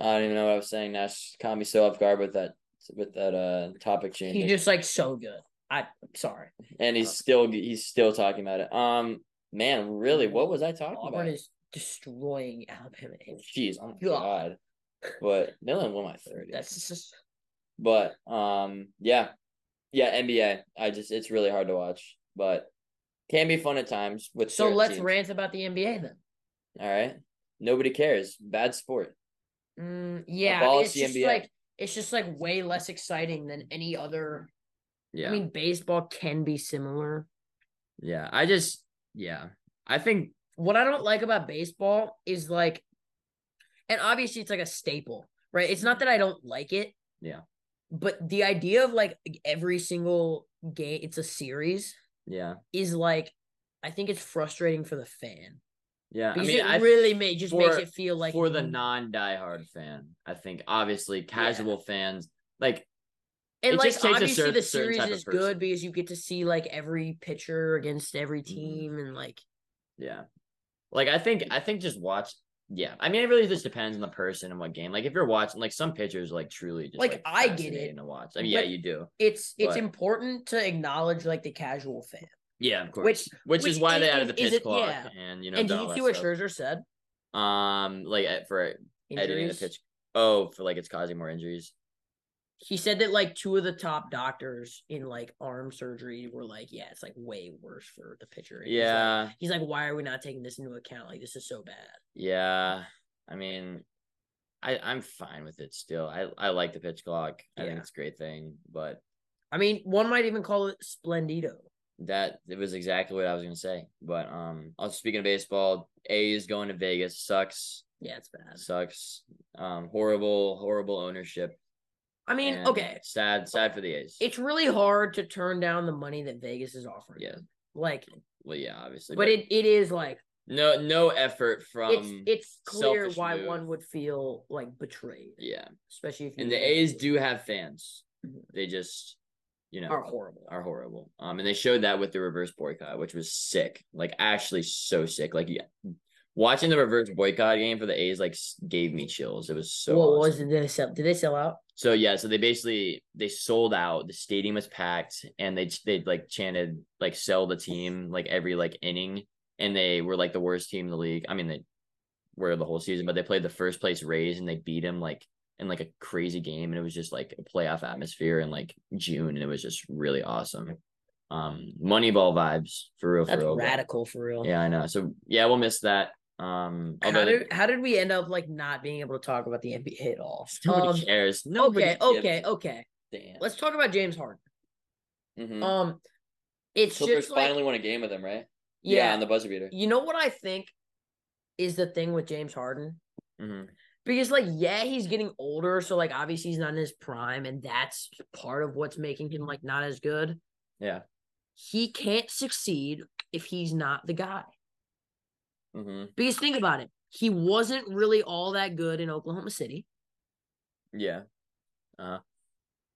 B: I don't even know what I was saying. Nash caught me so off guard with that with that uh topic change.
A: He's just like so good. I sorry.
B: and he's still he's still talking about it. Um, man, really, what was I talking
A: Auburn
B: about?
A: is destroying Alabama.
B: Jeez, oh my
A: God.
B: god. But they only won my thirty.
A: That's just
B: But um, yeah, yeah, NBA. I just it's really hard to watch, but can be fun at times. With
A: so.
B: certain
A: Let's
B: teams.
A: rant about the NBA then.
B: All right, nobody cares. Bad sport.
A: Mm, yeah, I mean,
B: Abolish
A: it's
B: the
A: just
B: NBA.
A: like it's just like way less exciting than any other.
B: Yeah,
A: I mean, baseball can be similar.
B: yeah. I just yeah. I think
A: What I don't like about baseball is like, and obviously it's like a staple, right? It's not that I don't like it.
B: Yeah.
A: But the idea of like every single game, it's a series,
B: yeah,
A: is like, I think it's frustrating for the fan
B: yeah.
A: because
B: I mean,
A: it
B: I
A: really ma- just makes
B: for-
A: it feel like
B: for the
A: you-
B: non diehard fan, I think obviously casual fans like
A: And
B: It
A: like
B: just takes a
A: obviously
B: cer-
A: the
B: certain
A: series
B: type of
A: is good
B: person.
A: because you get to see like every pitcher against every
B: Mm-hmm.
A: team and like
B: Yeah. Like I think I think just watch yeah. I mean it really just depends on the person and what game. Like if you're watching like some pitchers like truly just
A: Like,
B: like,
A: I get
B: fascinating
A: it,
B: to watch. I mean yeah,
A: but-
B: you do.
A: it's it's
B: But-
A: important to acknowledge like the casual fan.
B: Yeah, of course.
A: Which-
B: Which which,
A: which
B: is why they
A: is-
B: added the
A: is
B: pitch
A: it-
B: clock
A: yeah.
B: and you know.
A: and
B: all
A: did you
B: that
A: see what
B: stuff.
A: Scherzer said?
B: Um like at- for editing the
A: Injuries.
B: pitch oh for like it's causing more injuries.
A: He said that like two of the top doctors in like arm surgery were like, yeah, it's like way worse for the pitcher. And he's like-
B: Yeah.
A: He's like, why are we not taking this into account? Like this is so bad.
B: Yeah. I mean I I'm fine with it still. I I like the pitch clock. I
A: Yeah.
B: think it's a great thing, but
A: I mean, one might even call it splendido.
B: That it was exactly what I was gonna say. But um also speaking of baseball, A's going to Vegas. Sucks.
A: Yeah, it's bad.
B: Sucks. Um horrible, horrible ownership.
A: I mean,
B: and
A: okay.
B: Sad, sad for the A's.
A: It's really hard to turn down the money that Vegas is offering.
B: Yeah.
A: Like
B: well, yeah, obviously.
A: but it, it is like
B: no no effort
A: it's
B: from
A: it's clear
B: Um, selfish
A: why
B: move.
A: one would feel like betrayed,
B: yeah.
A: especially if you
B: And the A's do have fans. They just you know
A: Mm-hmm. are horrible.
B: are horrible. Um, and they showed that with the reverse boycott, which was sick. Like actually, so sick. Like yeah, watching the reverse boycott game for the A's like s- gave me chills. It was so.
A: what
B: awesome.
A: was it? Did they sell? Did they sell out?
B: So yeah, so they basically they sold out. The stadium was packed, and they they like chanted like sell the team like every like inning, and they were like the worst team in the league. I mean they were the whole season, but they played the first place Rays and they beat them like in like a crazy game, and it was just like a playoff atmosphere in like June, and it was just really awesome. Um, Moneyball vibes for real, for
A: That's
B: real. but-
A: radical for real.
B: Yeah, I know. So yeah, we'll miss that. Um,
A: How
B: although
A: did how did we end up like not being able to talk about the NBA at all?
B: nobody
A: Um,
B: cares. Nobody
A: okay,
B: gives
A: okay,
B: a
A: okay.
B: damn.
A: Let's talk about James Harden.
B: Mhm.
A: Um, it's
B: Clippers
A: just like,
B: finally won a game with him, right?
A: yeah.
B: on the buzzer beater.
A: you know what I think is the thing with James Harden
B: Mm-hmm.
A: because like yeah he's getting older so like obviously he's not in his prime and that's part of what's making him like not as good
B: Yeah.
A: he can't succeed if he's not the guy.
B: hmm
A: Because think about it. He wasn't really all that good in Oklahoma City.
B: Yeah.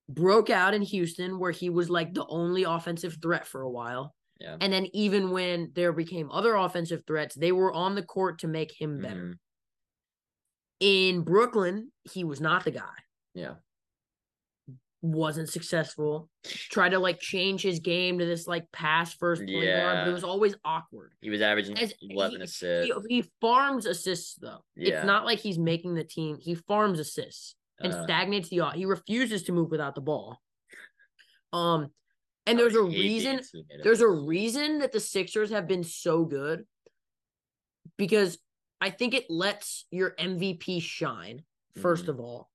A: Broke out in Houston, where he was like the only offensive threat for a while.
B: Yeah.
A: And then even when there became other offensive threats, they were on the court to make him better.
B: Mhm.
A: In Brooklyn, he was not the guy.
B: Yeah.
A: wasn't successful. Tried to like change his game to this like pass first play yeah. but it
B: Yeah.
A: was always awkward.
B: He was averaging
A: As-
B: eleven
A: he-
B: assists.
A: He, he farms assists though.
B: Yeah.
A: It's not like he's making the team. He farms assists and
B: Uh,
A: stagnates the off. He refuses to move without the ball. Um, and there's a
B: I hate being
A: reason.
B: teammate of
A: There's a
B: his.
A: reason that the Sixers have been so good because I think it lets your MVP shine 1st
B: Mhm.
A: of all,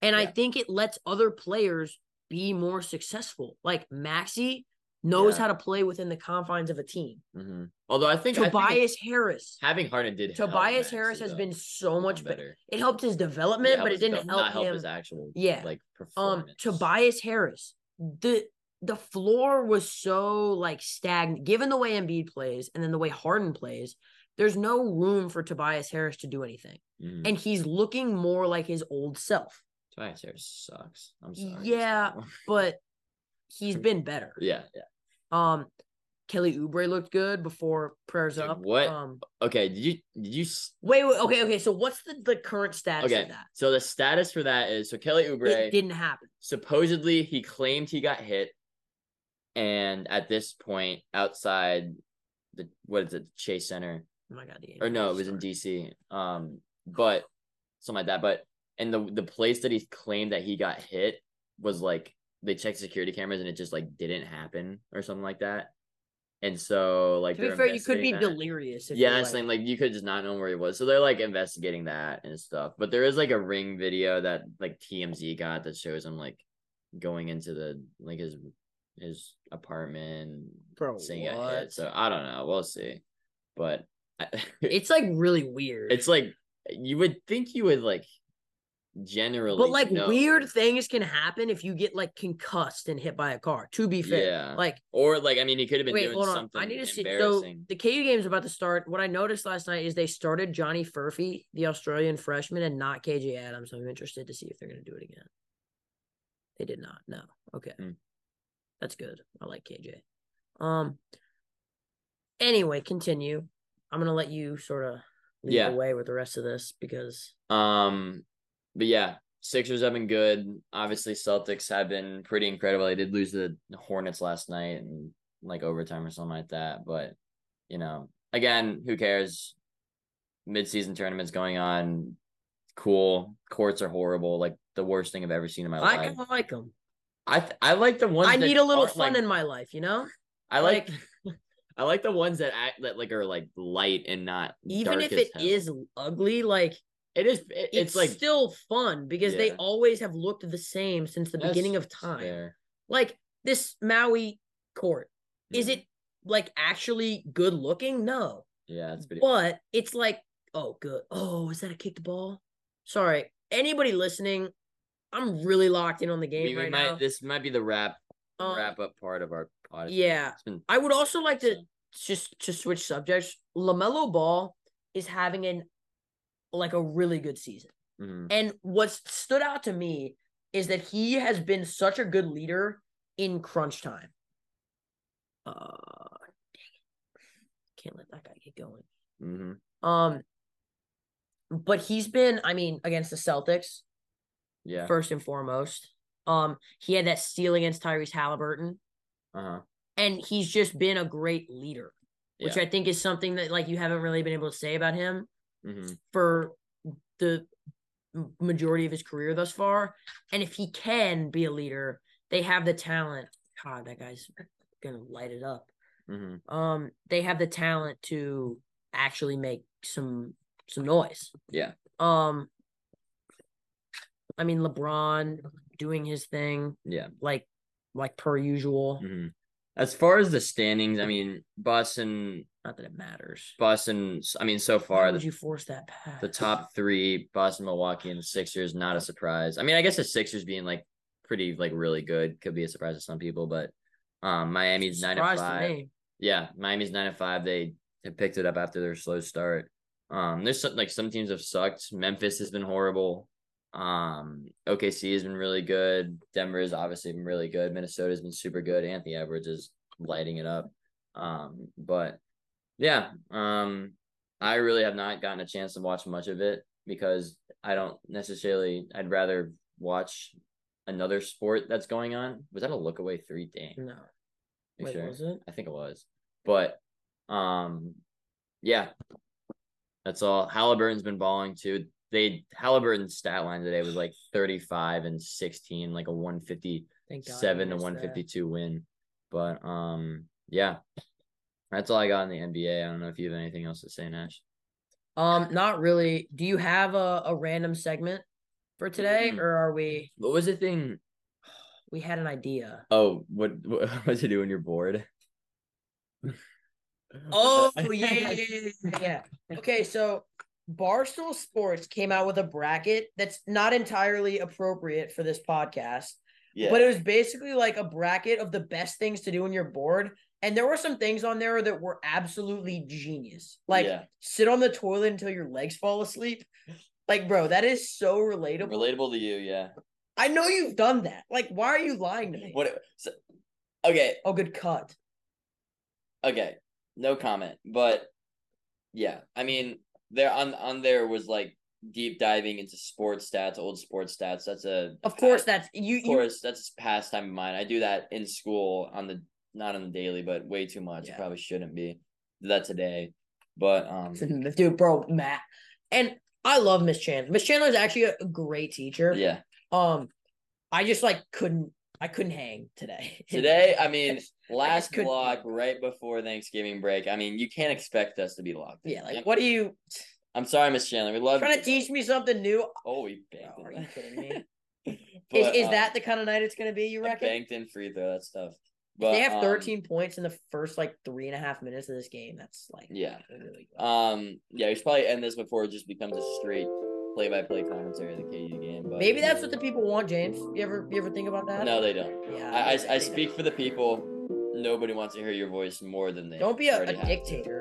A: and I
B: Yeah.
A: think it lets other players be more successful. Like Maxi knows
B: Yeah.
A: how to play within the confines of a team.
B: Mhm. Although I think I think
A: Tobias Harris.
B: having Harden did help
A: Tobias
B: Maxey,
A: Harris has
B: though,
A: been so
B: become
A: much better. It helped his development,
B: Yeah,
A: but it
B: his
A: didn't
B: stuff,
A: help,
B: not help
A: him.
B: his actual
A: Yeah.
B: like
A: um,
B: performance.
A: Tobias Harris. The the floor was so like stagnant, given the way Embiid plays and then the way Harden plays. There's no room for Tobias Harris to do anything,
B: Mhm.
A: and he's looking more like his old self.
B: Tobias Harris sucks. I'm sorry.
A: Yeah. But he's been better.
B: yeah, yeah.
A: Um, Kelly Oubre looked good before prayers
B: Dude,
A: up.
B: what?
A: Um,
B: Okay, did you did you s-
A: wait, wait, okay, okay. So what's the the current status
B: Okay.
A: of that?
B: So the status for that is so Kelly Oubre
A: It didn't happen.
B: supposedly he claimed he got hit and at this point outside the what is it Chase Center
A: Oh my god, the
B: or
A: NBA
B: no it was in
A: started.
B: DC um but something like that but and the the place that he claimed that he got hit was like they checked security cameras and it just like didn't happen or something like that and so like
A: To be
B: they're
A: fair, you could be
B: investigating that.
A: delirious. If
B: Yeah,
A: you're
B: that's the thing. Like you could just not know where he was. So they're like investigating that and stuff. But there is like a ring video that like TMZ got that shows him like going into the like his his apartment
A: bro,
B: saying it
A: Oh, what?
B: hit. So I don't know. We'll see. But I, it's
A: It's like really weird.
B: it's like you would think you would like generally
A: but like
B: know.
A: weird things can happen if you get like concussed and hit by a car. To be fair,
B: Yeah.
A: like
B: Or like I mean he could have been
A: wait,
B: doing
A: hold on,
B: something
A: I need to see. So
B: embarrassing.
A: the KU game's about to start. What I noticed last night is they started Johnny Furphy, the Australian freshman, and not KJ Adams. I'm interested to see if they're gonna do it again. They did not. No. Okay.
B: Hmm.
A: That's good. I like KJ. Um. Anyway, continue. I'm gonna let you sort of lead
B: Yeah.
A: the way with the rest of this because
B: Um, but yeah, Sixers have been good. Obviously, Celtics have been pretty incredible. They did lose to the Hornets last night and like overtime or something like that. But you know, again, who cares? Midseason tournaments going on. Cool. Courts are horrible. Like the worst thing I've ever seen in my
A: I
B: life.
A: kind of like them.
B: I th- I like the ones.
A: I
B: that
A: need a little
B: aren't,
A: fun
B: like-
A: in my life, you know.
B: I like. I like the ones that act that like are like light and not
A: Even
B: dark
A: if
B: as
A: it
B: hell.
A: is ugly, like
B: it is it- it's,
A: it's,
B: like
A: still fun because they
B: Yeah.
A: always have looked the same since the
B: That's
A: beginning of time.
B: fair.
A: Like this Maui court, is
B: Mhm.
A: it like actually good looking? No,
B: Yeah, it's pretty.
A: but it's like oh good. Oh, is that a kicked ball? Sorry, anybody listening, I'm really locked in on the game
B: we, we
A: right
B: might
A: now.
B: this might be the wrap
A: Um,
B: wrap up part of our podcast.
A: yeah.
B: It's been
A: I would also like to
B: so-
A: just to switch subjects. Lamelo Ball is having an like a really good season,
B: mhm,
A: and what stood out to me is that he has been such a good leader in crunch time. Uh, dang it. can't let that guy get going.
B: mhm.
A: Um, but he's been, I mean, against the Celtics
B: Yeah.
A: first and foremost. Um, he had that steal against Tyrese Halliburton,
B: uh-huh.
A: and he's just been a great leader which
B: Yeah.
A: I think is something that like you haven't really been able to say about him
B: mhm,
A: for the m- majority of his career thus far. And if he can be a leader, they have the talent. God, that guy's gonna light it up.
B: mhm.
A: Um, they have the talent to actually make some some noise.
B: Yeah.
A: Um, I mean LeBron doing his thing
B: Yeah.
A: like like per usual.
B: mhm. As far as the standings, I mean Boston
A: Not that it matters.
B: Boston I mean so
A: Why
B: far
A: would
B: the,
A: you force that pass?
B: the top 3 Boston, Milwaukee and the Sixers not a surprise. I mean I guess the Sixers being like pretty like really good could be a surprise to some people but Um, Miami's nine and
A: Surprised the
B: five.
A: name.
B: Yeah, Miami's nine and five. They have picked it up after their slow start. Um, there's some, like some teams have sucked. Memphis has been horrible. Um, OKC has been really good. Denver has obviously been really good. Minnesota has been super good. Anthony Edwards is lighting it up. Um, but yeah, um, I really have not gotten a chance to watch much of it because I don't necessarily. I'd rather watch another sport that's going on. Was that a look away three? Dang.
A: No.
B: You
A: Wait,
B: sure?
A: was it?
B: I think it was. But um yeah. That's all. Halliburton's been balling too. They Halliburton's stat line today was like 35 and 16, like a 157
A: Thank God. I
B: to
A: missed that.
B: 152 win. But um yeah. That's all I got in the NBA. I don't know if you have anything else to say, Nash.
A: Um, not really. Do you have a, a random segment for today,
B: Mm.
A: or are we?
B: What was the thing?
A: We had an idea.
B: Oh, what what was it do when you're bored?
A: Oh yeah, yeah, yeah, yeah, yeah. Okay, so Barstool Sports came out with a bracket that's not entirely appropriate for this podcast,
B: yeah.
A: but it was basically like a bracket of the best things to do when you're bored. And there were some things on there that were absolutely genius. Like
B: Yeah.
A: sit on the toilet until your legs fall asleep. Like, bro, that is so relatable.
B: relatable to you, yeah.
A: I know you've done that. Like, why are you lying to me?
B: What so, Okay,
A: Oh, good cut.
B: okay no comment but yeah i mean there on on there was like deep diving into sports stats old sports stats that's a
A: Of course, that's you.
B: of
A: you
B: course that's a pastime of mine i do that in school on the not on the daily but way too much
A: Yeah.
B: i probably shouldn't be do that today but um
A: dude, bro, Matt, and I love Miss Chandler. Miss Chandler is actually a a great teacher.
B: yeah
A: Um, I just like couldn't. I couldn't hang today.
B: today i mean last
A: couldn't-
B: block right before thanksgiving break i mean you can't expect us to be locked in.
A: yeah, like
B: I'm-
A: what are you
B: i'm sorry miss chandler we love
A: trying to teach me something new?
B: oh we banked
A: Bro,
B: it.
A: are you kidding me?
B: But,
A: is is
B: um,
A: that the kind of night it's gonna be? You
B: A
A: reckon?
B: banked in free throw. That's tough. But
A: they have
B: um,
A: 13 points in the first like three and a half minutes of this game. That's like
B: Yeah.
A: really good.
B: Um. Yeah, we should probably end this before it just becomes a straight play-by-play commentary of the KU game. But
A: Maybe that's what the people want, James. You ever you ever think about that?
B: No, they don't.
A: Yeah,
B: I I, I
A: they
B: speak for the people. Nobody wants to hear your voice more than they.
A: Don't be a,
B: already
A: a
B: have to.
A: dictator.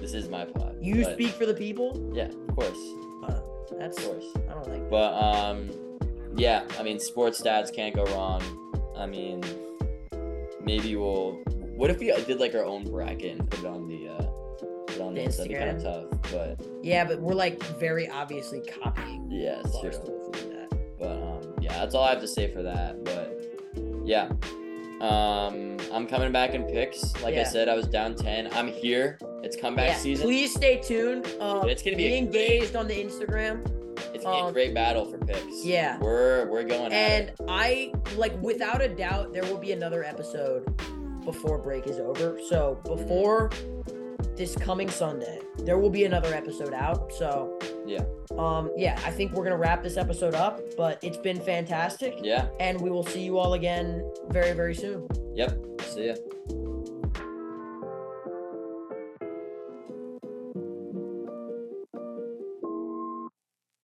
B: This is my pod.
A: You
B: but-
A: speak for the people.
B: Yeah, of course,
A: Uh,
B: of
A: that's
B: course.
A: I don't like.
B: But um, yeah. I mean, sports stats can't go wrong. I mean, maybe we'll. What if we did like our own bracket and put it on the uh, put it on
A: The
B: this? That'd be kind of tough, but.
A: Yeah, but we're like very obviously copying.
B: Yeah, it's true.
A: Barstool if we do that.
B: But um, yeah, that's all I have to say for that. But yeah, um, I'm coming back in picks. Like
A: Yeah.
B: I said, I was down ten. I'm here. It's comeback
A: Yeah,
B: season.
A: Please stay tuned. Um,
B: It's gonna be a
A: be
B: great-
A: engaged on the Instagram,
B: It's gonna be
A: um,
B: a great battle for picks.
A: yeah.
B: we're we're going at
A: and
B: it.
A: I like without a doubt there will be another episode before break is over. So before this coming Sunday, there will be another episode out. So
B: Yeah.
A: um, yeah, I think we're gonna wrap this episode up. But it's been fantastic,
B: Yeah.
A: and we will see you all again very very soon.
B: Yep. See ya.